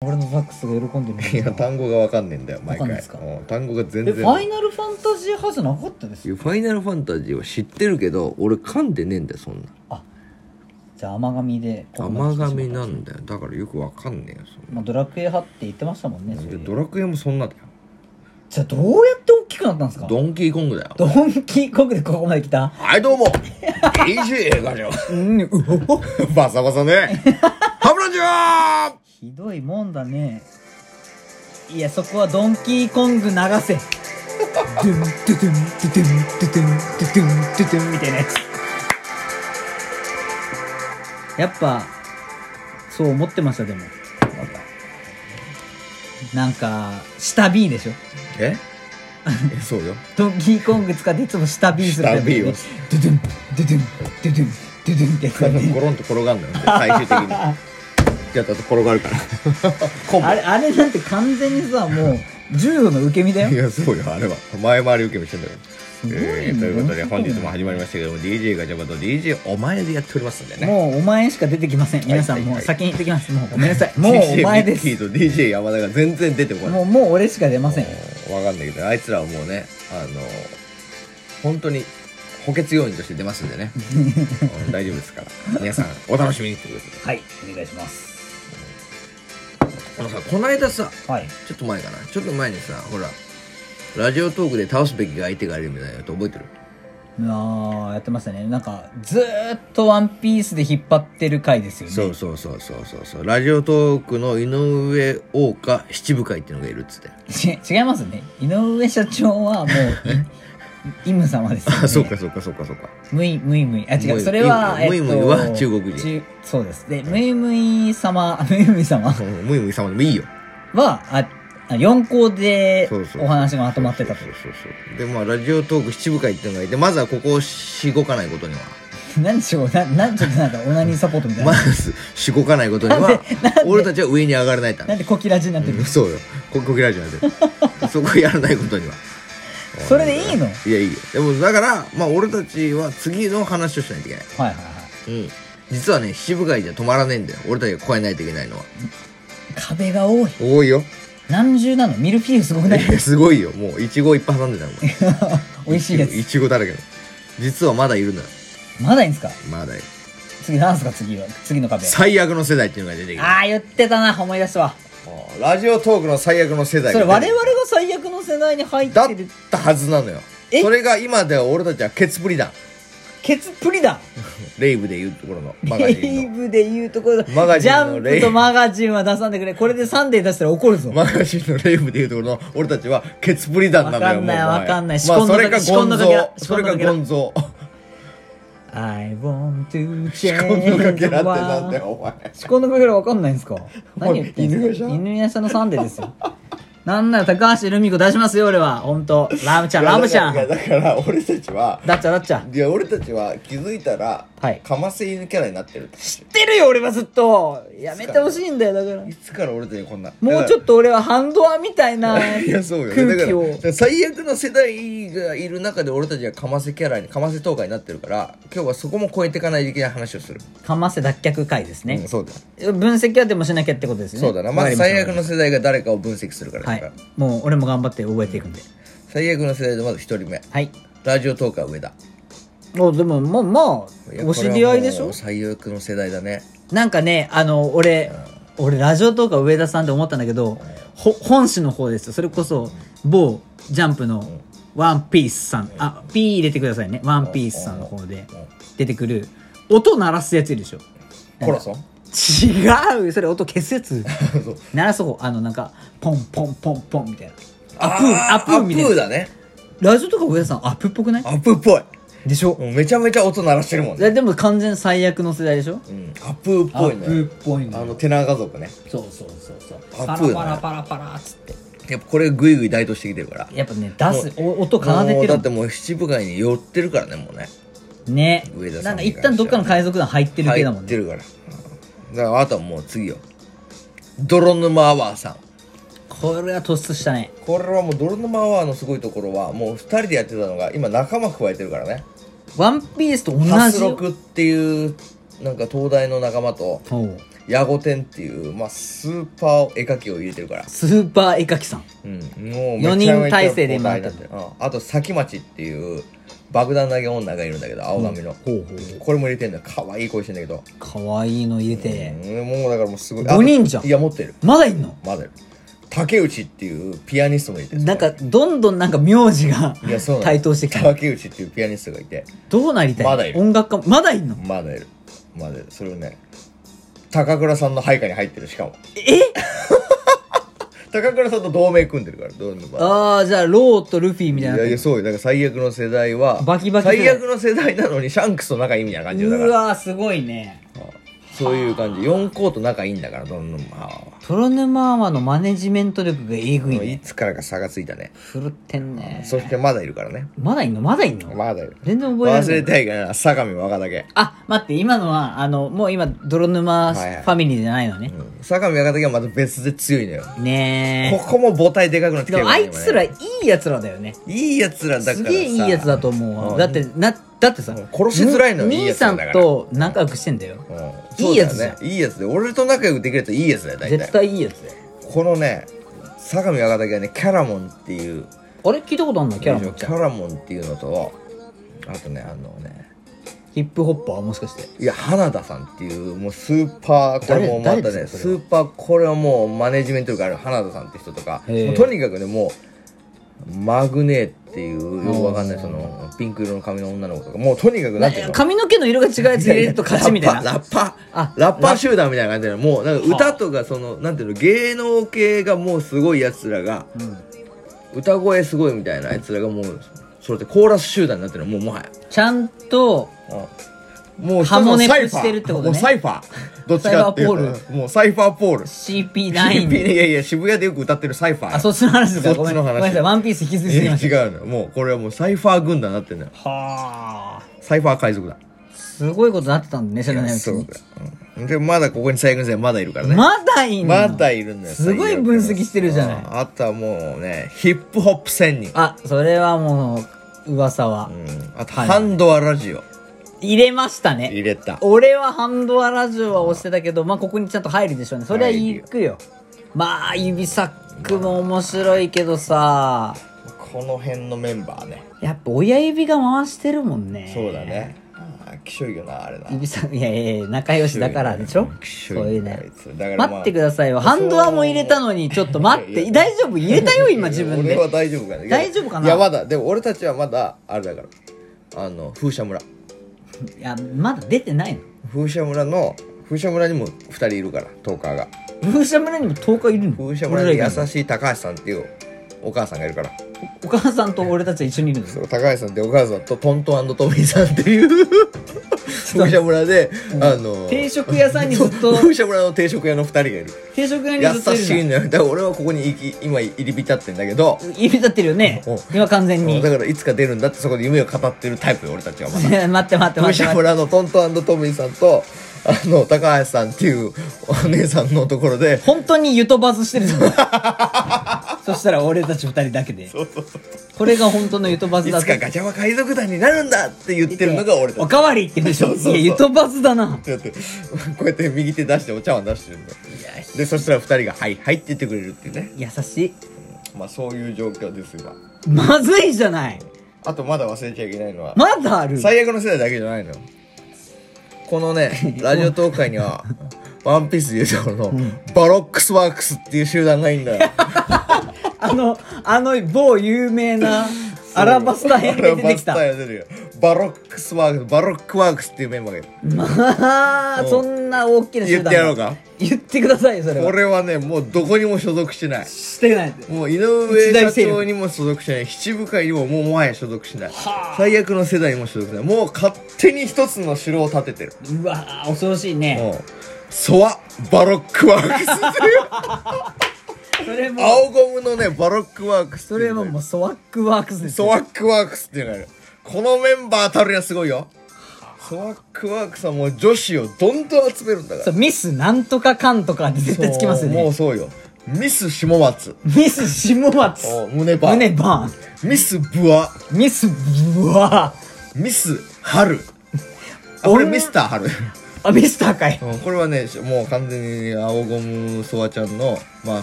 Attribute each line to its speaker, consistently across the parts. Speaker 1: サックスが喜んでるみ
Speaker 2: いや単語がわかんねえんだよ毎
Speaker 1: わかんな
Speaker 2: 回
Speaker 1: いっすか
Speaker 2: うん単語が全
Speaker 1: え
Speaker 2: 然
Speaker 1: ファイナルファンタジー派じゃなかったです
Speaker 3: いやファイナルファンタジーは知ってるけど俺噛んでねえんだよそんな
Speaker 1: じゃあ甘神で
Speaker 3: 甘噛みな
Speaker 1: の
Speaker 3: んだよだからよくわかんねえよそん
Speaker 1: まあ、ドラクエ派って言ってましたもんねそうい
Speaker 3: なで
Speaker 1: う
Speaker 3: ドラクエもそんなだよ
Speaker 1: じゃあどうやって大きくなったんですか
Speaker 3: ドンキーコングだよ
Speaker 1: ドンキーコングでここまで来た
Speaker 3: はいどうも DJ ガチャ
Speaker 1: うんうお
Speaker 2: バサバサね
Speaker 3: ハブランジは
Speaker 1: ひどいもんだねいやそこはドンキーコング流せドゥンドゥドゥンドゥドゥンドゥドゥンドゥドゥンドゥドゥンみたいなやつやっぱそう思ってましたでもなんか下 B でしょ
Speaker 2: ええそうよ
Speaker 1: ドンキーコング使っていつも下 B する
Speaker 2: 下 B を
Speaker 1: ドゥドゥンドゥドゥンドゥドゥンドゥドゥンってやつ
Speaker 2: あのゴロンと転がるのよ最終的にやったと転がるからコン
Speaker 1: あれあれなんて完全にさもう重度の受け身だ
Speaker 2: ボい
Speaker 1: よ
Speaker 2: やそうよあれは前回り受け身してんだよ
Speaker 1: ごいね
Speaker 2: えーということで本日も始まりましたけども DJ ガチャバと DJ お前でやっておりますんでね
Speaker 1: もうお前しか出てきません皆さん
Speaker 2: はいはい
Speaker 1: も
Speaker 2: は
Speaker 1: う
Speaker 2: い
Speaker 1: 先に言ってきますもうごめんなさいもうお前で
Speaker 2: DJ ミッ
Speaker 1: す
Speaker 2: キーと DJ 山田が全然出てこない
Speaker 1: もうもう俺しか出ません
Speaker 2: わかんないけどあいつらはもうねあの本当に補欠要員として出ますんで ねうん大丈夫ですから皆さんお楽しみにということで
Speaker 1: はいお願いします
Speaker 3: あのさこないださ
Speaker 1: はい
Speaker 3: ちょっと前かなちょっと前にさほらラジオトークで倒すべき相手がいるみたいなこと覚えてる
Speaker 1: あーやってましたねなんかずーっとワンピースで引っ張ってる回ですよね
Speaker 3: そうそうそうそうそうそうラジオトークの井上桜花七部会っていうのがいるっつって
Speaker 1: ち違いますね井上社長はもうイム様ですよね
Speaker 3: あそうかそうかそうかそうか
Speaker 1: ムイムイムイあ違
Speaker 3: ム
Speaker 1: う
Speaker 3: イ
Speaker 1: それは
Speaker 3: ムイムイ
Speaker 1: えっと
Speaker 3: は中国人
Speaker 1: ちそうですでムイムイ様あ ムイムイ様
Speaker 3: うんむいむい 様でもいいよ
Speaker 1: はああ4校で
Speaker 3: そうそう
Speaker 1: お話がまとまってたと
Speaker 3: そうそうそうそうでまあラジオトーク七部会っていうのがいてまずはここをしごかないことには
Speaker 1: 何でしょうななんちょっとなんかオナニーサポートみたいな、
Speaker 3: まずしごかないことには俺たちは上に上がらないた
Speaker 1: な
Speaker 3: め
Speaker 1: んでコキラジになってる、
Speaker 3: うんそうよここ嫌いじゃなく てそこやらないことには
Speaker 1: それでいいのはい
Speaker 3: いやいいよでもだからまあ俺たちは次の話をしないといけない
Speaker 1: はいはい
Speaker 3: うん実はね七部会じゃ止まらねえんだよ俺たちが越えないといけないのは
Speaker 1: 壁が多い
Speaker 3: 多いよ
Speaker 1: 何重なのミルフィーユすごくない
Speaker 3: いやすごいよもういちごいっぱい挟んでたもん
Speaker 1: 美味しいやつ
Speaker 3: いちごだらけの実はまだいるんだよ
Speaker 1: まだいいんですか
Speaker 3: まだいる
Speaker 1: 次何すか次は次の壁
Speaker 3: 最悪の世代っていうのが出てきた
Speaker 1: ああ言ってたな思い出したわ
Speaker 3: ラジオトークの最悪の世代
Speaker 1: それ
Speaker 3: が
Speaker 1: 我
Speaker 3: 出て
Speaker 1: 々が最悪の世代に入っ
Speaker 3: だって
Speaker 1: る
Speaker 3: たはずなのよ
Speaker 1: え
Speaker 3: それが今では俺たちはケツプリだ
Speaker 1: ケツプリだ
Speaker 3: レイブでいうところのマガ
Speaker 1: レ
Speaker 3: ジン の
Speaker 1: イブで言うところ
Speaker 3: マガ
Speaker 1: ジ
Speaker 3: ジンの
Speaker 1: ャン
Speaker 3: レイ
Speaker 1: プとマガジンは出さんでくれこれでサンデー出したら怒るぞ
Speaker 3: マガジンのレイブでいうところの俺たちはケツプリ団なの
Speaker 1: わか
Speaker 3: よ
Speaker 1: んない
Speaker 3: もう前
Speaker 1: わかんない
Speaker 3: まあ
Speaker 1: 仕込んだ
Speaker 3: それが
Speaker 1: 時仕込
Speaker 3: ゴ
Speaker 1: ん
Speaker 3: ン
Speaker 1: だ
Speaker 3: ゾ
Speaker 1: 時だ
Speaker 3: ーそれが
Speaker 1: 仕込んだ時だ
Speaker 3: ゴンゾー
Speaker 1: I want to
Speaker 3: 仕込
Speaker 1: change
Speaker 3: んだかけ
Speaker 1: the
Speaker 3: らってなんだ
Speaker 1: world
Speaker 3: よお前
Speaker 1: 仕込んだかけらわかんないんですか何言ってんすか
Speaker 3: 犬夜叉
Speaker 1: 犬夜叉のサンデーですよなんなら高橋留美子出しますよ俺は本当ラムちゃんラムちゃん
Speaker 2: いやだからだから俺たちは
Speaker 1: だっちゃだっちゃ
Speaker 2: いや俺たちは気づいたら、
Speaker 1: はい
Speaker 2: かませ犬キャラになってる
Speaker 1: 知ってるよ俺はずっとやめてほしいんだよだから
Speaker 2: いつから俺たちこんな
Speaker 1: もうちょ
Speaker 2: っ
Speaker 1: っと俺はハンドアみたいな
Speaker 3: いやそうよ、ね、
Speaker 1: 空気を
Speaker 3: だから最悪の世代がいる中で俺たちはかませキャラにかませトーカーになってるから今日はそこも超えていかないといけない話をする、
Speaker 1: かませ脱却会です
Speaker 2: う
Speaker 1: ね
Speaker 2: ん、そうだ
Speaker 1: 分析はでもしなきゃってことですよね
Speaker 3: そうだなまず
Speaker 1: わかり
Speaker 3: 最悪
Speaker 1: し
Speaker 3: の世代が誰かを分析するから
Speaker 1: た
Speaker 3: だ
Speaker 1: は
Speaker 3: か
Speaker 1: い
Speaker 3: ら
Speaker 1: もう俺も頑張って覚えていくんで
Speaker 3: 最悪の世代でまず一人目
Speaker 1: はい
Speaker 3: ラジオトーカー上田
Speaker 1: もうでもまあま
Speaker 3: や
Speaker 1: あお知り合いでし
Speaker 3: これはも
Speaker 1: ょ
Speaker 3: う最悪の世代だね
Speaker 1: なんかねあの俺俺ラジオとか上田さんって思ったんだけどほ本誌の方ですよそれこそ某ジャンプのワンピースさんあピー入れてくださいねワンピースさんの方で出てくる音鳴らすやついるでしょ
Speaker 2: コラソン
Speaker 1: 違うそれ音消すや つ
Speaker 2: そう
Speaker 1: 鳴らす方あのなんかポンポンポンポンみたいなアプー
Speaker 3: あ
Speaker 1: アプーみたいな
Speaker 3: だね
Speaker 1: ラジオとか上田さんアップっぽくない
Speaker 3: アップーっぽい
Speaker 1: でしょ
Speaker 3: もうめちゃめちゃ音鳴らしてるもんね、
Speaker 1: ででも完全最悪の世代でしょ
Speaker 3: うん、アップーっ
Speaker 1: ア
Speaker 3: ぽい
Speaker 1: ッ
Speaker 3: ね
Speaker 1: プっぽいの
Speaker 2: あ
Speaker 1: よ
Speaker 2: のテナー家族ね
Speaker 1: そうそうそうそう
Speaker 3: ア
Speaker 1: パ
Speaker 3: ップだね
Speaker 1: ラパラパラパラっつって
Speaker 3: やっぱこれグイグイ台頭してきてるから
Speaker 1: やっぱね出すお音奏で
Speaker 3: も
Speaker 1: て
Speaker 3: うだ
Speaker 1: る
Speaker 3: ってもう七部会に寄ってるからねもうね
Speaker 1: ね
Speaker 3: 上田さん
Speaker 1: なんか一旦どっかの海賊団入ってる系だも
Speaker 3: 入
Speaker 1: ん
Speaker 3: って
Speaker 1: ね
Speaker 3: るから、うんだからあとはもう次よ泥沼アワーさん
Speaker 1: これは突出したね
Speaker 3: これはもう泥沼アワーのすごいところはもう2人でやってたのが今仲間加えてるからね
Speaker 1: ワンピースと同じ
Speaker 3: ハスロクっていうなんか東大の仲間と
Speaker 1: おう
Speaker 3: ヤゴ天っていう、まあ、スーパー絵描きを入れてるから、
Speaker 1: スーパー絵描きさん
Speaker 3: うん、もう
Speaker 1: 四人体制で今や
Speaker 3: や
Speaker 1: って
Speaker 3: っ
Speaker 1: る
Speaker 3: てる、うん、あと先町っていう爆弾投げ女がいるんだけど青髪の、
Speaker 1: ほうほう
Speaker 3: これも入れてんだよ可愛い声してんだけど、
Speaker 1: かわいいの入れて、
Speaker 3: うんもうだからもうすごい
Speaker 1: 五人じゃん
Speaker 3: あといや持ってる
Speaker 1: まだいんの
Speaker 3: まだいる竹内っていうピアニストもいてる
Speaker 1: なんかどんどんなんか名字が
Speaker 3: いやそうなの
Speaker 1: 台頭してきた
Speaker 3: 竹内っていうピアニストがいて
Speaker 1: どうなりたい
Speaker 3: まだいる
Speaker 1: 音楽家まだいんの
Speaker 3: まだいるまだいるそれをね高倉さんの配下に入ってるしかも
Speaker 1: え
Speaker 3: 高倉さんと同盟組んでるから同盟
Speaker 1: ああじゃあローとルフィみ
Speaker 3: い
Speaker 1: たい
Speaker 3: やい
Speaker 1: な
Speaker 3: やそうよだから最悪の世代は
Speaker 1: バキバキ世代
Speaker 3: 最悪の世代なのにシャンクスと仲いいみたいな感じよだか
Speaker 1: う
Speaker 3: ら
Speaker 1: わーすごいね
Speaker 3: そういう感じ4コート仲いいんだからどんどんま
Speaker 1: 虎沼アワのマネジメント力がえぐい
Speaker 3: あい
Speaker 1: ね
Speaker 3: つからか差がついたね
Speaker 1: ふるってんね
Speaker 3: そしてまだいるからね
Speaker 1: まだいんのまだいんの
Speaker 3: まだいる
Speaker 1: 全然覚えられ
Speaker 3: 忘
Speaker 1: ない
Speaker 3: れたいから相模若竹
Speaker 1: あ待って今のはあのもう今泥沼フ
Speaker 3: はいはい
Speaker 1: ァミリーじゃないのね、
Speaker 3: うん相模若竹はまた別で強いのよ
Speaker 1: ね
Speaker 3: こ
Speaker 1: え
Speaker 3: こも母体でかくなってき
Speaker 1: で
Speaker 3: てる
Speaker 1: も
Speaker 3: か
Speaker 1: あ
Speaker 3: ね
Speaker 1: いつらいいやつらだよね
Speaker 3: 今ねいいやつらだから
Speaker 1: す
Speaker 3: さ
Speaker 1: げえいいやつだと思うわ、だってなだってさ
Speaker 3: うん殺しづらいのよいい
Speaker 1: 兄
Speaker 3: やつら
Speaker 1: さ
Speaker 3: だ
Speaker 1: ん
Speaker 3: から
Speaker 1: と仲良くしてんだよ、
Speaker 3: うん
Speaker 1: いいやつじゃん
Speaker 3: そうだよねいいやつで俺と仲良くできるといいやつだよ大
Speaker 1: 絶
Speaker 3: 体
Speaker 1: 対いいやつだよ
Speaker 3: このね相模若竹はねキャラモンっていう
Speaker 1: あれ聞いたことあんのキャラも
Speaker 3: キャラモンっていうのとあとねあのね
Speaker 1: ヒップホッパーもしかして
Speaker 3: いや花田さんっていうもうスーパーこれもま
Speaker 1: 誰
Speaker 3: た
Speaker 1: 誰
Speaker 3: ね
Speaker 1: ですか
Speaker 3: ス
Speaker 1: それは
Speaker 3: ーパーこれはもうマネジメント力ある花田さんって人とか
Speaker 1: へえ
Speaker 3: もうとにかくねもうマグネーっていうよくわかんない
Speaker 1: うん
Speaker 3: そのピンク色の髪の女の子とかもうとにかくなんていうの
Speaker 1: 髪の毛の色が違うやつ入れると勝ちみたいな
Speaker 3: ラッパ
Speaker 1: あ
Speaker 3: ーラッパー集団みたいな感じでもうなんか歌とかそのなんていうの芸能系がもうすごいやつらが
Speaker 1: うん
Speaker 3: 歌声すごいみたいなやつらがもうそれでコーラス集団になってるのもうもはや
Speaker 1: ちゃんと
Speaker 3: もう
Speaker 1: ハモネプ
Speaker 3: サイファー
Speaker 1: してるってことね
Speaker 3: もうサイファー。どっちかっていうと
Speaker 1: サイファーポ
Speaker 3: もうサイファーポール。
Speaker 1: CP9
Speaker 3: いやいや、渋谷でよく歌ってるサイファー。
Speaker 1: あそっちの話ですかごめん
Speaker 3: そ
Speaker 1: ご
Speaker 3: っちの話
Speaker 1: めんなさいワンピース引きずりす
Speaker 3: い
Speaker 1: ぎ
Speaker 3: や
Speaker 1: ました
Speaker 3: 違うの。もうこれはもうサイファー軍団になってんのよ。
Speaker 1: はあ
Speaker 3: サイファー海賊だ。
Speaker 1: すごいことになってたんだね知らないうち
Speaker 3: そう
Speaker 1: に
Speaker 3: だ。うんで、まだここに最軍勢まだいるからね。
Speaker 1: まだいんの
Speaker 3: まだいるんだよ。
Speaker 1: すごい分析してるじゃない
Speaker 3: うんあとはもうね、ヒップホップ1000人。
Speaker 1: あそれはもう噂は
Speaker 3: うんあと、
Speaker 1: はい
Speaker 3: ハンドアラジオ
Speaker 1: 入れましたね
Speaker 3: 入れた。
Speaker 1: 俺はハンドアラジオは押してたけどまあここにちゃんと入るでしょうねそれは行くよまあ指サックも面白いけどさ
Speaker 3: この辺のメンバーね。
Speaker 1: やっぱ親指が回してるもんね
Speaker 3: そうだね。あーきしょいよな、あれな。
Speaker 1: 指さいやいやいや仲良しだからでしょ
Speaker 3: きし
Speaker 1: そ
Speaker 3: ょ
Speaker 1: う
Speaker 3: い
Speaker 1: い
Speaker 3: よ
Speaker 1: う
Speaker 3: な
Speaker 1: ね
Speaker 3: あいつだからまあ
Speaker 1: 待ってくださいよハンドアも入れたのにちょっと待っ
Speaker 3: いやい
Speaker 1: て
Speaker 3: や
Speaker 1: 大丈夫入れたよ今自分
Speaker 3: 俺
Speaker 1: で
Speaker 3: は大丈夫かな
Speaker 1: 大丈夫かない
Speaker 3: やまだでも俺たちはまだあれだからあの風車村
Speaker 1: いやまだ出てないの
Speaker 3: 風車村の風車村にも2人いるからトーカーが
Speaker 1: 風車村にも10日いるの
Speaker 3: 風車
Speaker 1: 俺
Speaker 3: 村
Speaker 1: ら
Speaker 3: に
Speaker 1: 以外
Speaker 3: 優しい高橋さんっていうお母さんがいるから
Speaker 1: お母さんと俺たちは一緒にいるの
Speaker 3: そう高橋さんってお母さんとトントントミーさんっていう 風車村で、あの
Speaker 1: 定食屋さんにずっと
Speaker 3: 風車村の定食屋の2人がいる
Speaker 1: 定食屋にずっと
Speaker 3: 優
Speaker 1: いるじ
Speaker 3: し
Speaker 1: ゃ
Speaker 3: い
Speaker 1: ん
Speaker 3: のよだから俺はここに行き今入り浸ってんだけど
Speaker 1: 指立ってるよね
Speaker 3: うん
Speaker 1: 今完全に
Speaker 3: だ
Speaker 1: いや
Speaker 3: からいつか出るんだってそこで夢を語ってるタイプよ俺たちはまだ
Speaker 1: 待って待って待っ
Speaker 3: 武
Speaker 1: て
Speaker 3: 者
Speaker 1: 待って
Speaker 3: 村のトントントミーさんとあの高橋さんっていうお姉さんのところで
Speaker 1: 本当にゆとばず してるぞそしたら俺たち二人だけでこれが本当のゆとばず
Speaker 3: い
Speaker 1: だ
Speaker 3: つかガチャマ海賊団になるんだって言ってるのが俺た
Speaker 1: お
Speaker 3: ち
Speaker 1: かわりって言うんでしょ
Speaker 3: そうそうそう
Speaker 1: いやゆとばずだな
Speaker 3: だってこうやって右手出してお茶碗出してるんだでそしたら二人が「はいはい」って言ってくれるっていうね
Speaker 1: 優しい
Speaker 3: まあそういう状況ですが
Speaker 1: まずいじゃない
Speaker 3: あとまだ忘れちゃいけないのは、
Speaker 1: まだある
Speaker 3: 最悪の世代だけじゃないのよこのね ラジオ東海に は「ワンピースでいうところの、バロックスワークスっていう集団がいいんだよ
Speaker 1: あのあの某有名なアラバスタ編で出てきた
Speaker 3: アラバスタ出てるよバロックスワークスバロックワークスっていうメンバーがいる
Speaker 1: まあそんな大きな集団が
Speaker 3: 言ってやろうか
Speaker 1: 言ってくださいよそれは
Speaker 3: 俺はねもうどこにも所属してない
Speaker 1: してない
Speaker 3: もう井上社長にも所属しない七部会にももうもはや所属しない最悪の世代にも所属しないもう勝手に一つの城を建ててる
Speaker 1: うわー恐ろしいね
Speaker 3: もうソワバロックワークスっていう
Speaker 1: それも
Speaker 3: 青ゴムのねバロックワークスって
Speaker 1: そ
Speaker 3: い
Speaker 1: れ
Speaker 3: う
Speaker 1: も
Speaker 3: のがいる
Speaker 1: もうソワックワークスです
Speaker 3: ソ
Speaker 1: よ
Speaker 3: ワックワークスっていうのがあるこのメンバーたるやすごいよソワックワークスはもう女子をどんどん集めるんだから
Speaker 1: そうミスなんとかかんとかって絶対つきますよ
Speaker 3: そうも
Speaker 1: ね
Speaker 3: うそうよミス下松
Speaker 1: ミス下松
Speaker 3: 胸バー
Speaker 1: 胸バー
Speaker 3: ミスブワ
Speaker 1: ンミスうわ
Speaker 3: ミス春あこれ
Speaker 1: 女
Speaker 3: ミスター春
Speaker 1: あミスターかい
Speaker 3: うんこれはねもう完全に青ゴムソワちゃんのまあは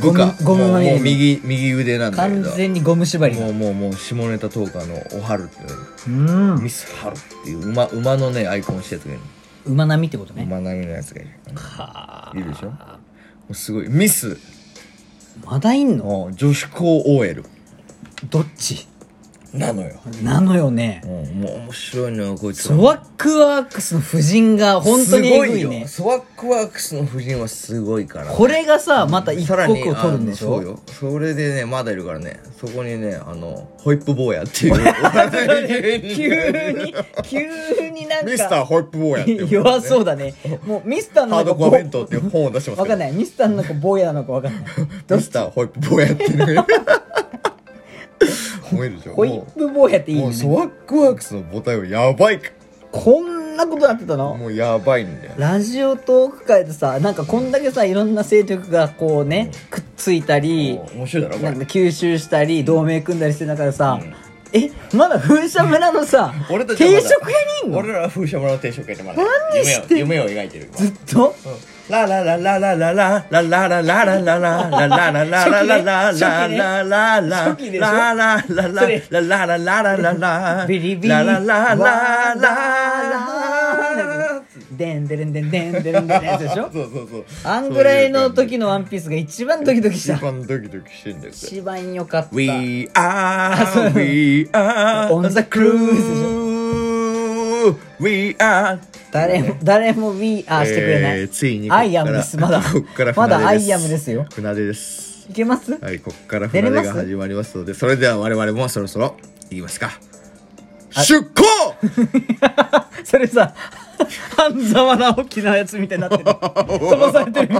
Speaker 1: ゴム
Speaker 3: 部下
Speaker 1: ゴム
Speaker 3: もう
Speaker 1: まみれ
Speaker 3: もう右右腕なんだけ
Speaker 1: 完
Speaker 3: ど
Speaker 1: 全にゴム縛り
Speaker 3: もうもうもう下ネタトーカーのおはるっていう
Speaker 1: うん
Speaker 3: ミスハルっていう馬馬のねアイコンしてつける
Speaker 1: 馬並みってことね
Speaker 3: 馬並みのやつがいる
Speaker 1: はあ
Speaker 3: いるでしょもうすごいミス
Speaker 1: まだいんの
Speaker 3: うん女子高 OL
Speaker 1: どっち
Speaker 3: なのよ
Speaker 1: なのよね
Speaker 3: うんもう面白いのよこいつら
Speaker 1: ソワックワークスの夫人が本当にエグい
Speaker 3: すごい
Speaker 1: ね
Speaker 3: よスワックワークスの夫人はすごいから
Speaker 1: これがさまた一
Speaker 3: さら
Speaker 1: 刻
Speaker 3: に
Speaker 1: を取るんでし
Speaker 3: あのそう
Speaker 1: ょ
Speaker 3: よそれでねまだいるからねそこにねあのホイップ坊やっていう
Speaker 1: 急に急になんか
Speaker 3: ミスターホイップ坊やっていう、
Speaker 1: 弱そうだねもうミスターの
Speaker 3: ハー
Speaker 1: なんか
Speaker 3: ドコア弁当っていう本を出してます
Speaker 1: わかん
Speaker 3: い
Speaker 1: ないミスターのなんか坊やなのかわかんないど
Speaker 3: ミスターホイップ坊やってね思えるでしょ
Speaker 1: ホイップ坊やっていい
Speaker 3: もうも
Speaker 1: よ
Speaker 3: うソ
Speaker 1: ね
Speaker 3: ワックワークスの母体はやばいか
Speaker 1: こんなことなってたの
Speaker 3: もうやばいんだよ
Speaker 1: ラジオトーク界でさなんかこんだけさいろんな勢力がこうねくっついたり
Speaker 3: もう面白いだろこ
Speaker 1: な
Speaker 3: れ
Speaker 1: んか吸収したり同盟組んだりしてたからさ、えまだ風車村のさ
Speaker 3: 俺たちはま
Speaker 1: 定
Speaker 3: だ
Speaker 1: 食屋にいんの
Speaker 3: 俺らは風車村の定食屋でまだ
Speaker 1: 何してん
Speaker 3: 夢を夢を描いてる
Speaker 1: ずっと
Speaker 3: ラララララララララララララララララララララララララララララ
Speaker 1: ビリビリでんでるんでんでんでるんでんってやつでしょ
Speaker 3: そうそうそう
Speaker 1: あんぐらいの時のワンピースが一番ドキドキし
Speaker 3: 一
Speaker 1: た
Speaker 3: 番ドキドキしてんだよ
Speaker 1: 一番良かった
Speaker 3: We are We are We are
Speaker 1: 誰も誰も We are してくれない、
Speaker 3: えーついにこっ
Speaker 1: ア
Speaker 3: から
Speaker 1: イアムですまだ
Speaker 3: こっから
Speaker 1: ま
Speaker 3: 船出
Speaker 1: だアイアムですよ
Speaker 3: 船出です
Speaker 1: いけます
Speaker 3: はい、ここから
Speaker 1: 出れ
Speaker 3: 船
Speaker 1: ま
Speaker 3: 出
Speaker 1: す
Speaker 3: が始まりますので、それでは我々もそろそろ言いますか。出航
Speaker 1: それさ半沢直樹のやつみたいになってる飛ばされてる